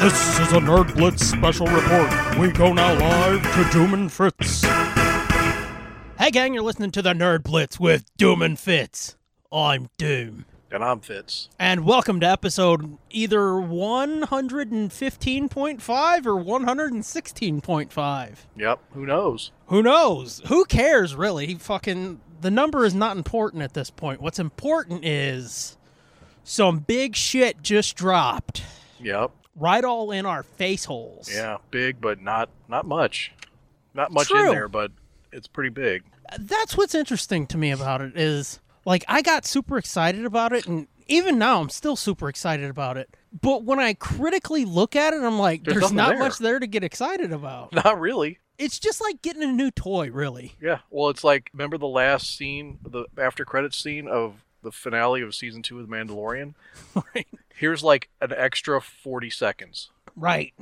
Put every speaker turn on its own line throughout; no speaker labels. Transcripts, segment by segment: This is a Nerd Blitz special report. We go now live to Doom and Fritz.
Hey gang, you're listening to the Nerd Blitz with Doom and Fitz. I'm Doom.
And I'm Fitz.
And welcome to episode either 115.5 or 116.5.
Yep. Who knows?
Who knows? Who cares really? Fucking the number is not important at this point. What's important is some big shit just dropped.
Yep.
Right all in our face holes.
Yeah. Big, but not not much. Not much
True.
in there, but it's pretty big.
that's what's interesting to me about it is like I got super excited about it and even now I'm still super excited about it. But when I critically look at it, I'm like,
There's
there's,
nothing
not
there.
much there to get excited about.
Not really.
It's just like getting a new toy, really.
Yeah. Well, it's like remember the last scene, the after credits scene of the finale of season two of The Mandalorian.
Right.
Here's like an extra forty seconds.
Right.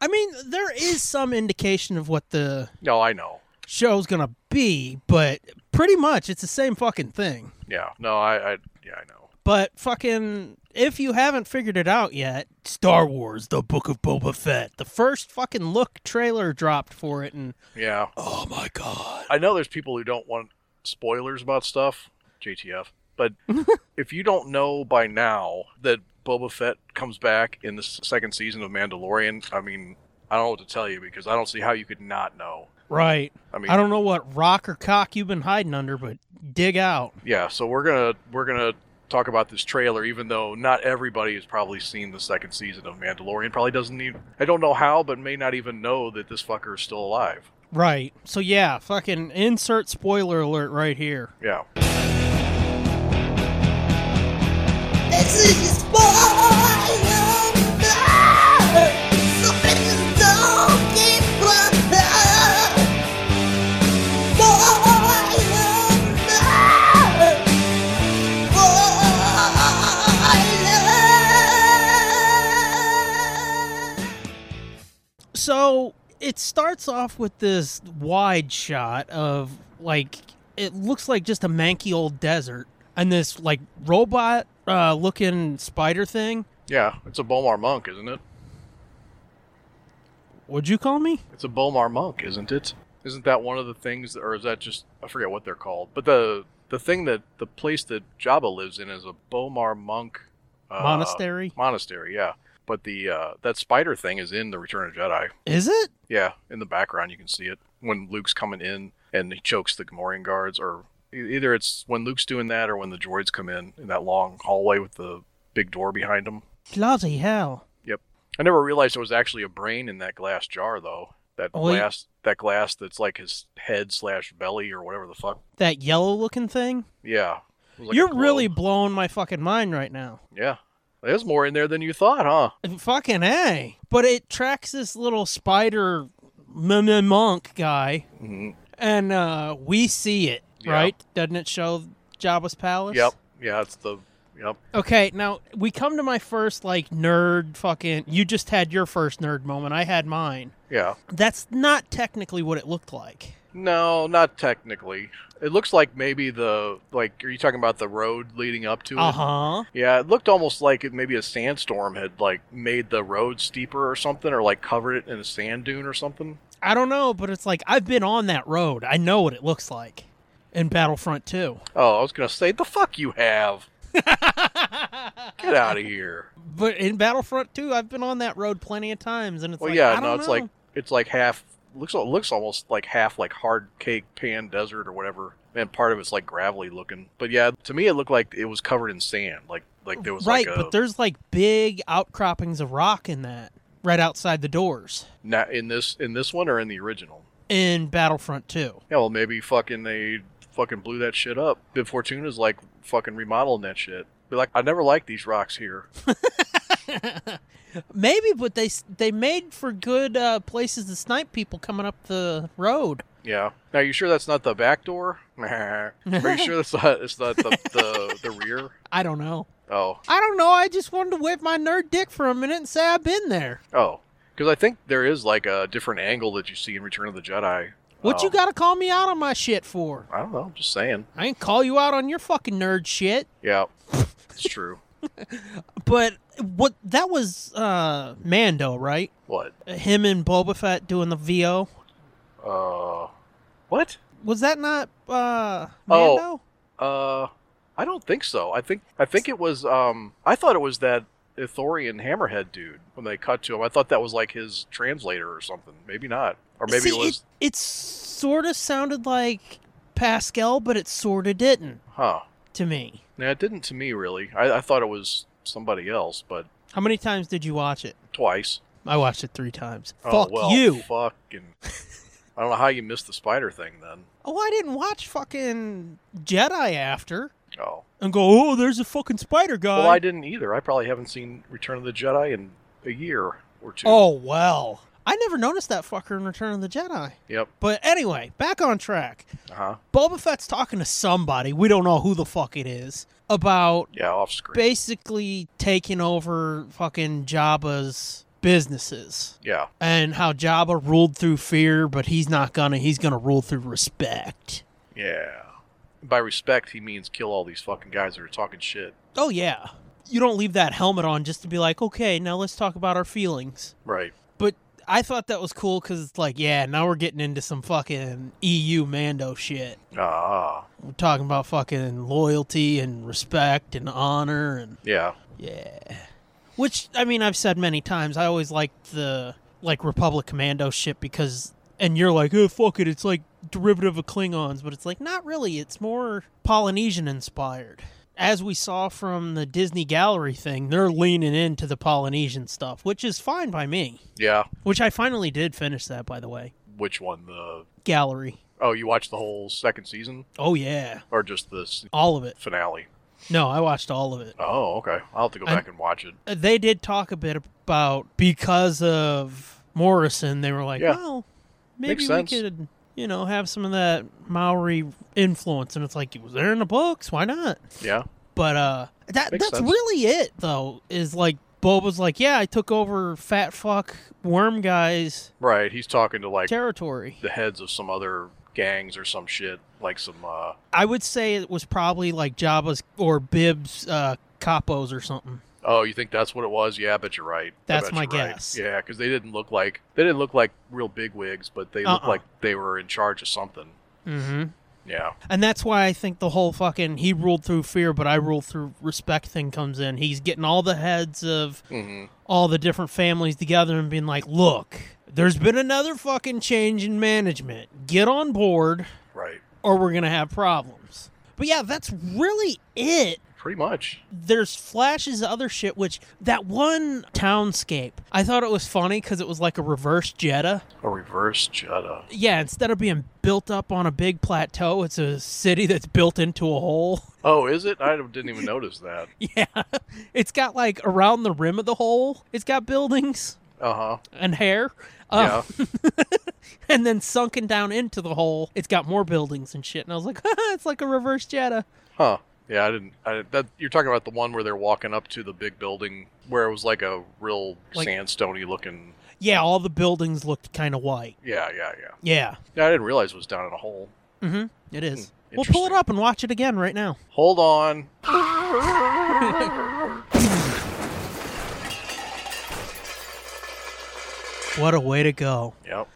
I mean, there is some indication of what the
No, I know.
show's gonna be, but pretty much it's the same fucking thing.
Yeah. No, I. I yeah, I know.
But fucking, if you haven't figured it out yet, Star Wars: The Book of Boba Fett, the first fucking look trailer dropped for it, and
Yeah.
oh my god,
I know there's people who don't want spoilers about stuff, JTF, but if you don't know by now that Boba Fett comes back in the s- second season of Mandalorian, I mean, I don't know what to tell you because I don't see how you could not know.
right?
I mean,
I don't know what rock or cock you've been hiding under, but dig out.
yeah, so we're going to we're going to talk about this trailer even though not everybody has probably seen the second season of Mandalorian. Probably doesn't even I don't know how, but may not even know that this fucker is still alive.
Right. So yeah, fucking insert spoiler alert right here.
Yeah.
This is spoiler! Something don't keep Spoiler! Spoiler!
So it starts off with this wide shot of like it looks like just a manky old desert, and this like robot uh, looking spider thing.
Yeah, it's a Bomar monk, isn't it?
Would you call me?
It's a Bomar monk, isn't it? Isn't that one of the things, or is that just I forget what they're called? But the the thing that the place that Jabba lives in is a Bomar monk uh,
Monastery?
Monastery, yeah. But the uh, that spider thing is in the Return of Jedi.
Is it?
Yeah, in the background you can see it when Luke's coming in and he chokes the Gamorrean guards, or e- either it's when Luke's doing that or when the droids come in in that long hallway with the big door behind them.
Bloody hell.
Yep. I never realized there was actually a brain in that glass jar, though. That
Oh, yeah.
glass, that glass that's like his head slash belly or whatever the fuck.
That yellow looking thing?
Yeah. It was like a
You're
globe.
really blowing my fucking mind right now.
Yeah. There's more in there than you thought, huh?
Fucking A. But it tracks this little spider m- m- monk guy,
Mhm.
and uh, we see it,
Yeah.
right? Doesn't it show Jabba's Palace?
Yep. Yeah, it's the. Yep.
Okay, now we come to my first, like, nerd fucking. You just had your first nerd moment. I had mine.
Yeah.
That's not technically what it looked like.
No, not technically. It looks like maybe the like. Are you talking about the road leading up to it?
Uh huh.
Yeah, it looked almost like it, maybe a sandstorm had like made the road steeper or something, or like covered it in a sand dune or something.
I don't know, but it's like I've been on that road. I know what it looks like in Battlefront 2.
Oh, I was gonna say the fuck you have. Get out of here.
But in Battlefront 2, I've been on that road plenty of times and it's
Well,
like I
yeah,
don't
no, it's
know.
like it's like half looks al- looks almost like half like hard cake pan desert or whatever, and part of it's like gravelly looking. But yeah, to me it looked like it was covered in sand, like like there was
right,
like a
but there's like big outcroppings of rock in that right outside the doors
na- in this in this one or in the original.
in Battlefront 2.
Yeah, well maybe fucking they fucking blew that shit up. Bib Fortuna's like fucking remodeling that shit. Be like, I never liked these rocks here.
Maybe, but they s- they made for good uh, places to snipe people coming up the road.
Yeah. Now, you sure that's not the back door? Are you sure that's not it's not the the, the rear?
I don't know.
Oh,
I don't know. I just wanted to whip my nerd dick for a minute and say I've been there.
oh, because I think there is like a different angle that you see in Return of the Jedi.
What you
Um,
got to call me out on my shit for?
I don't know. I'm just saying.
I ain't call you out on your fucking nerd shit.
Yeah, it's true.
But what that was uh Mando, right?
What?
Him and Boba Fett doing the VO.
Uh, what?
Was that not uh
Oh.
Mando?
Uh, I don't think so. I think I think it was. Um, I thought it was that Ithorian hammerhead dude when they cut to him. I thought that was like his translator or something. Maybe not. Or
See,
maybe it was.
it, sort of sounded like Pascal, but it sort of didn't
Huh.
to me.
Yeah, it didn't to me really. I, I thought it was somebody else, but
How many times did you watch it?
twice.
I watched it three times.
oh,
Fuck
well,
you.
Fucking. I don't know how you missed the spider thing then.
Oh, I didn't watch fucking Jedi after
Oh.
and go, oh, there's a fucking spider guy.
Well, I didn't either. I probably haven't seen Return of the Jedi in a year or two.
Oh, well. I never noticed that fucker in Return of the Jedi.
Yep.
But anyway, back on track.
Uh huh.
Boba Fett's talking to somebody, we don't know who the fuck it is, about
Yeah, off screen.
basically taking over fucking Jabba's businesses
yeah.
and how Jabba ruled through fear, but he's not gonna, he's gonna rule through respect.
Yeah. By respect, he means kill all these fucking guys that are talking shit.
Oh, yeah. You don't leave that helmet on just to be like, okay, now let's talk about our feelings.
Right.
But I thought that was cool because it's like, yeah, now we're getting into some fucking EU Mando shit.
Ah.
We're talking about fucking loyalty and respect and honor and
Yeah.
yeah. Which I mean, I've said many times. I always liked the like Republic Commando shit because, and you're like, oh fuck it, it's like derivative of Klingons, but it's like not really. It's more Polynesian inspired. As we saw from the Disney Gallery thing, they're leaning into the Polynesian stuff, which is fine by me.
Yeah.
Which I finally did finish that, by the way.
Which one? The
Gallery.
oh, you watched the whole second season
Oh yeah,
or just this
all of it.
finale?
No, I watched all of it.
Oh, okay. I'll have to go
I'm-
back and watch it.
Uh, They did talk a bit about because of Morrison. They were like,
Yeah.
well, maybe
Makes
we
sense.
could, you know, have some of that Maori influence. And it's like it was there in the books. Why not?
Yeah.
But uh, that
Makes
that's
sense.
really it though. Is like Boba's like, yeah, I took over fat fuck worm guy's
Right. He's talking to like
territory.
the heads of some other gangs or some shit, like some uh
I would say it was probably like Jabba's or Bib's uh, capos or something.
Oh, you think that's what it was? Yeah, I bet you're right. I
That's
bet
my
you're right.
guess.
Yeah, because they didn't look like they didn't look like real big wigs, but they looked
Uh-uh.
like they were in charge of something.
Mm-hmm.
Yeah,
And that's why I think the whole fucking he ruled through fear, but I ruled through respect thing comes in. He's getting all the heads of
hmm
all the different families together and being like, look, there's been another fucking change in management. Get on board
right.
or we're going to have problems. But yeah, that's really it.
Pretty much.
There's flashes of other shit, which that one townscape, I thought it was funny because it was like a reverse Jetta.
A reverse Jetta.
Yeah, instead of being built up on a big plateau, it's a city that's built into a hole.
Oh, is it? I didn't even notice that.
Yeah. It's got like around the rim of the hole, it's got buildings
Uh huh.
and hair.
Yeah.
Uh, And then sunken down into the hole, it's got more buildings and shit. And I was like, it's like a reverse Jetta.
Huh. Yeah, I didn't. I, that you're talking about the one where they're walking up to the big building where it was like a real
Like-
sandstony looking.
Yeah, all the buildings looked kind of white.
Yeah, yeah, yeah.
Yeah.
Yeah, I didn't realize it was down in a hole.
Mm hmm. It is. We'll pull it
interesting.
up and watch it again right now.
Hold on.
What a way to go.
Yep.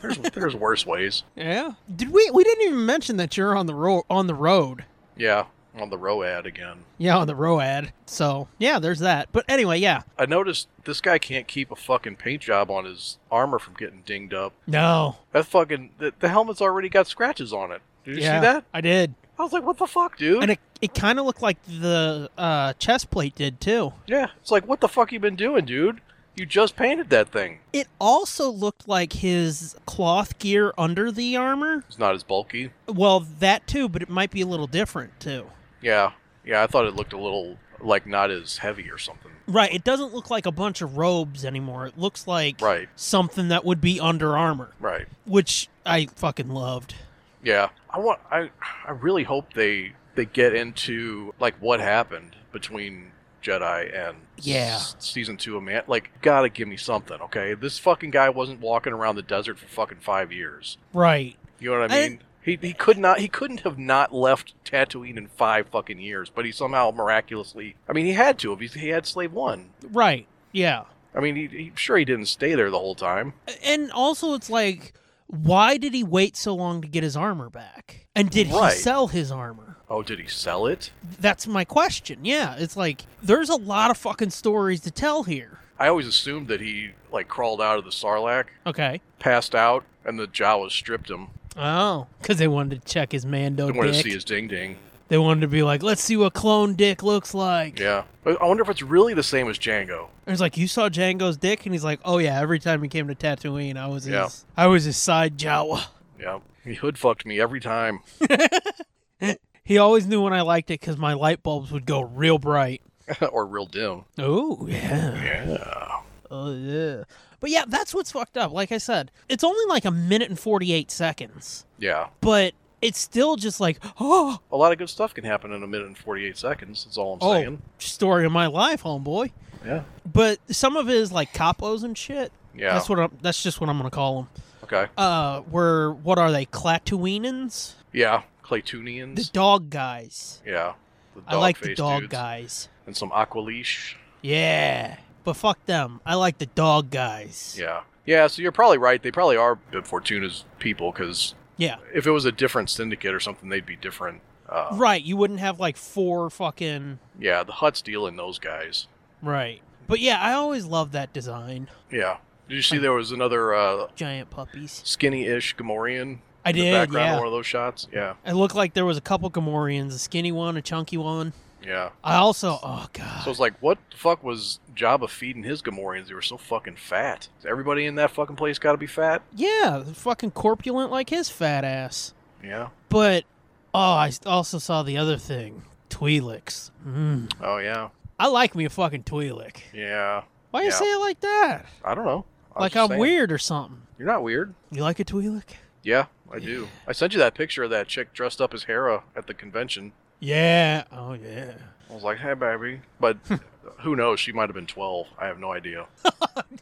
There's, there's worse ways.
Yeah. Did we? We didn't even mention that you're on the ro- on the road.
Yeah, on the row ad again.
Yeah, on the road. So yeah, there's that. But anyway, yeah.
I noticed this guy can't keep a fucking paint job on his armor from getting dinged up.
No.
That fucking the, the helmet's already got scratches on it. Did you
Yeah,
see that?
I did.
I was like, what the fuck, dude?
and it, it kind of looked like the uh, chest plate did too.
yeah, it's like, what the fuck you been doing, dude? You just painted that thing.
It also looked like his cloth gear under the armor.
It's not as bulky.
Well, that too, but it might be a little different too.
Yeah, yeah. I thought it looked a little like not as heavy or something.
Right, it doesn't look like a bunch of robes anymore. It looks like
Right.
something that would be under armor,
Right.
which I fucking loved.
Yeah. I want. I. I really hope they they get into like what happened between Jedi and
Yeah.
s- season two of man. Like, gotta give me something, okay? This fucking guy wasn't walking around the desert for fucking five years.
Right.
You know what I
I-
mean? He, he could not he couldn't have not left Tatooine in five fucking years, but he somehow miraculously I mean he had to have he, he had Slave One.
Right. Yeah.
I mean he, he sure he didn't stay there the whole time.
And also, it's like, why did he wait so long to get his armor back? And did
Right.
he sell his armor?
Oh, did he sell it?
That's my question. Yeah, it's like there's a lot of fucking stories to tell here.
I always assumed that he like crawled out of the Sarlacc,
Okay.
passed out, and the Jawas stripped him.
Oh, because they wanted to check his Mando
They wanted to
Oh, dick.
see his ding ding.
They wanted to be like, let's see what clone dick looks like.
Yeah, I I wonder if it's really the same as Django.
And it's like, you saw Django's dick, and he's like, oh yeah, every time he came to Tatooine, I was
Yeah.
his, I was his side Jawa.
Yeah, he hood fucked me every time.
He always knew when I liked it because my light bulbs would go real bright.
or real dim.
Oh yeah.
Yeah.
Oh yeah. But yeah, that's what's fucked up. Like I said, it's only like a minute and forty-eight seconds,
Yeah.
but it's still just like, oh,
A lot of good stuff can happen in a minute and 48 seconds. That's all I'm
oh,
saying.
story of my life, homeboy.
Yeah.
But some of his like capos and shit.
Yeah.
That's what I'm. That's just what I'm gonna call them.
okay.
Uh, were what are they? Clatuinans,
Yeah.
the
Claytunians.
dog guys.
yeah. The dog
I like the dog
dudes.
guys.
And some Aqualeash.
Yeah, but fuck them. I like the dog guys.
Yeah. Yeah, so you're probably right. They probably are Bib Fortuna's people because
Yeah.
if it was a different syndicate or something, they'd be different. Uh,
Right. You wouldn't have like four fucking
yeah, the Hutt's dealing those guys.
Right. But yeah, I always love that design.
Yeah. Did you see there was another uh,
Giant puppies.
skinny ish Gamorrean
I
in the
did,
background
yeah.
of one of those shots? Yeah.
It looked like there was a couple Gamorreans, a skinny one, a chunky one.
Yeah.
I also, oh god,
So it's like, what the fuck was Jabba feeding his Gamorreans? They were so fucking fat. Is everybody in that fucking place got to be fat?
yeah, fucking corpulent like his fat ass.
Yeah.
But oh, I s- also saw the other thing, Twi'leks. Mm.
Oh yeah.
I like me a fucking Twi'lek.
Yeah.
Why you
Yeah.
say it like that?
I don't know. I was
Like
just
I'm
saying.
weird or something.
You're not weird.
You like a Twi'lek?
Yeah, I do. I sent you that picture of that chick dressed up as Hera at the convention.
Yeah. Oh yeah.
I was like, hey, baby. But who knows? She might have been 12. I have no idea.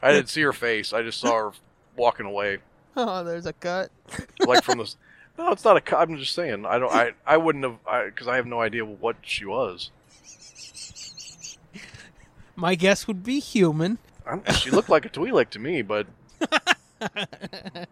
I didn't see her face. I just saw her walking away,
Oh, there's a cut.
like from the. No, it's not a. co- I'm just saying. I don't. I. I wouldn't have. I because I have no idea what she was.
My guess would be human.
I don't- she looked like a Twi'lek to me, but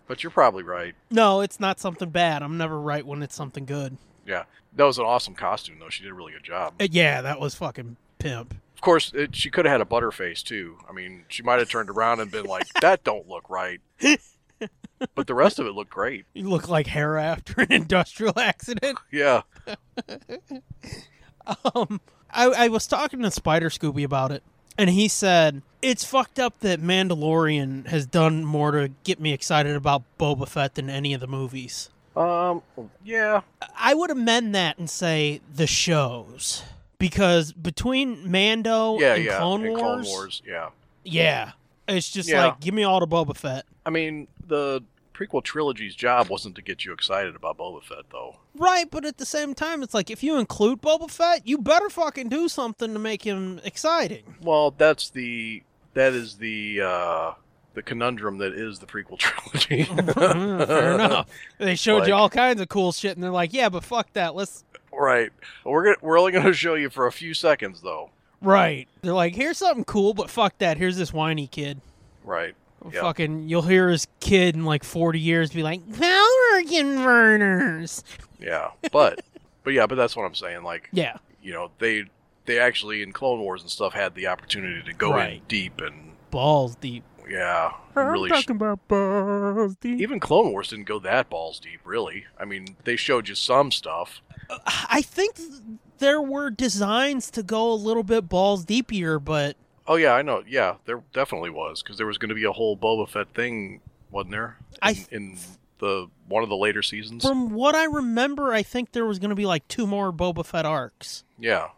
but you're probably right.
No, it's not something bad. I'm never right when it's something good.
Yeah, that was an awesome costume though. She did a really good job.
Uh, Yeah, that was fucking pimp.
Of course, it, she could have had a butterface too. I mean, she might have turned around and been like, "That don't look right," but the rest of it looked great.
You look like hair after an industrial accident.
Yeah,
Um, I, I was talking to Spider Scooby about it, and he said it's fucked up that Mandalorian has done more to get me excited about Boba Fett than any of the movies.
um, yeah,
I would amend that and say the shows. Because between Mando
yeah,
Oh, and,
yeah.
Clone,
and
Wars,
Clone Wars, yeah.
yeah, it's just
Yeah.
like give me all the Boba Fett.
I mean, the prequel trilogy's job wasn't to get you excited about Boba Fett, though.
Right, but at the same time, it's like if you include Boba Fett, you better fucking do something to make him exciting.
Well, that's the that is the uh, the conundrum that is the prequel trilogy.
Mm, Fair enough. They showed you
Like-
all kinds of cool shit, and they're like, "Yeah, but fuck that. Let's."
right. We're gonna, we're only going to show you for a few seconds, though.
Right. They're like, "Here's something cool, but fuck that. Here's this whiny kid.
Right. Yeah.
Fucking, you'll hear his kid in like 40 years be like, power converters."
Yeah. But but yeah, but that's what I'm saying. Like
Yeah.
you know they they actually in Clone Wars and stuff had the opportunity to go in
Right.
deep and
Balls deep.
yeah really sh-
about balls deep.
even Clone Wars didn't go that balls deep really. I mean they showed you some stuff.
Uh, I think th- there were designs to go a little bit balls deepier, but
Oh yeah, I know. Yeah, there definitely was because there was going to be a whole Boba Fett thing, wasn't there? In,
I th-
in the one of the later seasons.
From what I remember, I think there was going to be like two more Boba Fett arcs,
yeah,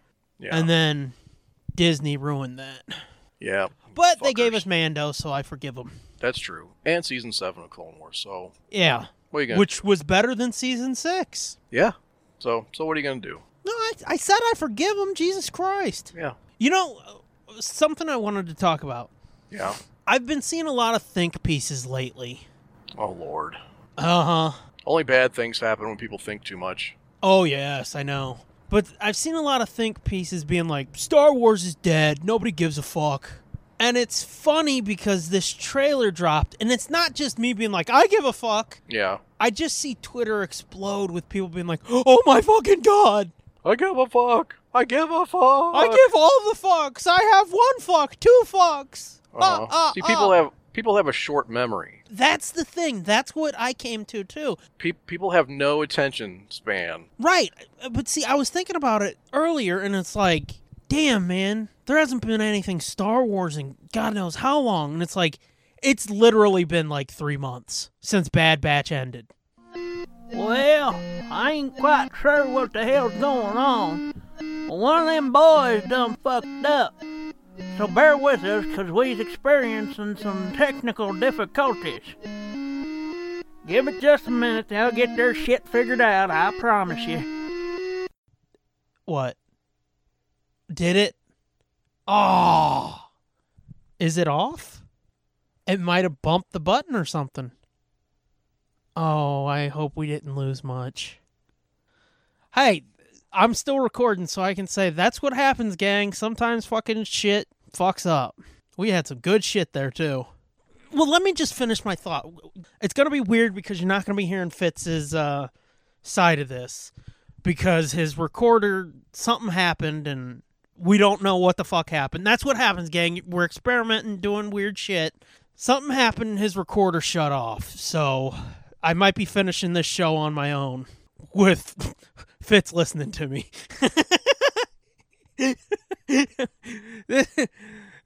yeah,
and then Disney ruined that.
yeah.
But they gave
Fuckers.
us Mando, so I forgive them.
That's true. And season seven of Clone Wars. So
Yeah,
what are you gonna?
which was better than season six.
yeah. So so what are you gonna do?
No, I, I said I forgive them. Jesus Christ!
Yeah,
You know uh, something I wanted to talk about.
yeah.
I've been seeing a lot of think pieces lately.
Oh Lord.
Uh huh.
Only bad things happen when people think too much.
Oh yes, I know. But I've seen a lot of think pieces being like, Star Wars is dead, nobody gives a fuck. And it's funny because this trailer dropped, and it's not just me being like, I give a fuck.
Yeah.
I just see Twitter explode with people being like, Oh my fucking god,
I give a fuck. I give a fuck.
I give all the fucks. I have one fuck, two fucks.
Uh-huh.
Uh, uh,
See,
uh."
people have people have a short memory.
That's the thing. That's what I came to too.
Pe- people have no attention span.
Right. Uh, But see, I was thinking about it earlier, and it's like, damn, man, there hasn't been anything Star Wars in God knows how long. And it's like, it's literally been like three months since Bad Batch ended.
Well, I ain't quite sure what the hell's going on. but One of them boys done fucked up. So bear with us, 'cause we's experiencing some technical difficulties. Give it just a minute, they'll get their shit figured out, I promise you.
What? Did it? Oh. Is it off? It might have bumped the button or something. Oh, I hope we didn't lose much. Hey, I'm still recording, so I can say that's what happens, gang. Sometimes fucking shit fucks up. We had some good shit there, too. Well, let me just finish my thought. It's going to be weird because you're not going to be hearing Fitz's uh, side of this because his recorder something happened and we don't know what the fuck happened. That's what happens, gang. We're experimenting, doing weird shit. Something happened, his recorder shut off. So I might be finishing this show on my own with Fitz listening to me.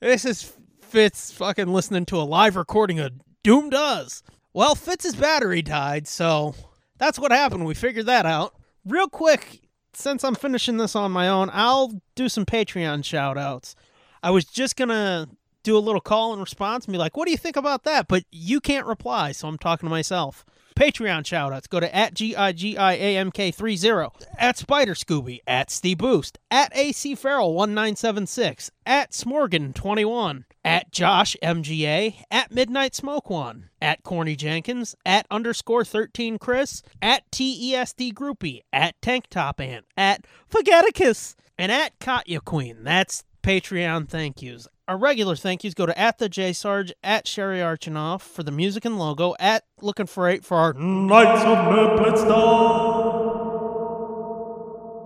this is Fitz fucking listening to a live recording of Doom Does. Well, Fitz's battery died, so that's what happened. We figured that out. Real quick, since I'm finishing this on my own, I'll do some Patreon shout outs. I was just going to do a little call and response and be like, what do you think about that? But you can't reply, so I'm talking to myself. Patreon shout outs. Go to at G-I-G-I-A-M-K-30, at Spider Scooby, at Steve Boost, at AC Farrell 1976, at Smorgan21, at Josh MGA, at Midnight Smoke One, at Corny Jenkins, at underscore 13 Chris, at TESD Groupie, at Tank Top Ant, at Fagaticus, and at Katya Queen. That's Patreon thank yous. Our regular thank yous go to at the J Sarge, at Sherry Archinoff for the music and logo, at Looking for Eight for our
Knights of Merpletstone.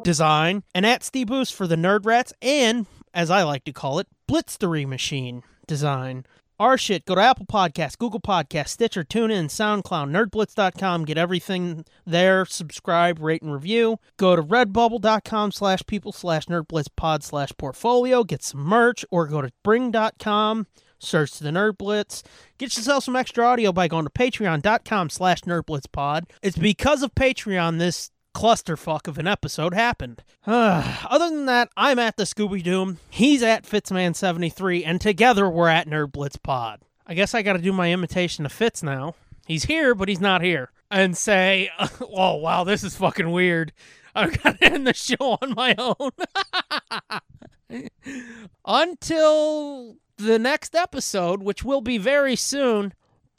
design, and at Steve Boost for the Nerd Rats, and as I like to call it, Blitzery Machine design. Our shit, go to Apple Podcasts, Google Podcasts, Stitcher, TuneIn, SoundCloud, NerdBlitz.com. Get everything there. Subscribe, rate, and review. Go to redbubble.com slash people slash nerdblitzpod slash portfolio. Get some merch or go to bring.com. Search the Nerd Blitz. Get yourself some extra audio by going to patreon.com slash nerdblitzpod. It's because of Patreon this clusterfuck of an episode happened. Other than that, I'm at the Scooby Doom, he's at Fitzman73, and together we're at Nerd Blitz Pod. I guess I gotta do my imitation of Fitz now. He's here, but he's not here. And say, oh wow, this is fucking weird. I've gotta end the show on my own. Until the next episode, which will be very soon.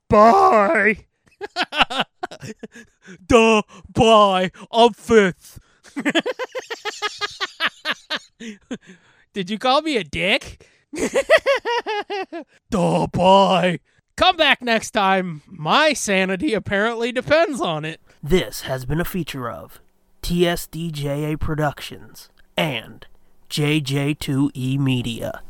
Bye! Duh, bye, I'm fifth. Did you call me a dick? Duh, bye. Come back next time. My sanity apparently depends on it.
This has been a feature of TSDJA Productions and JJ2E Media.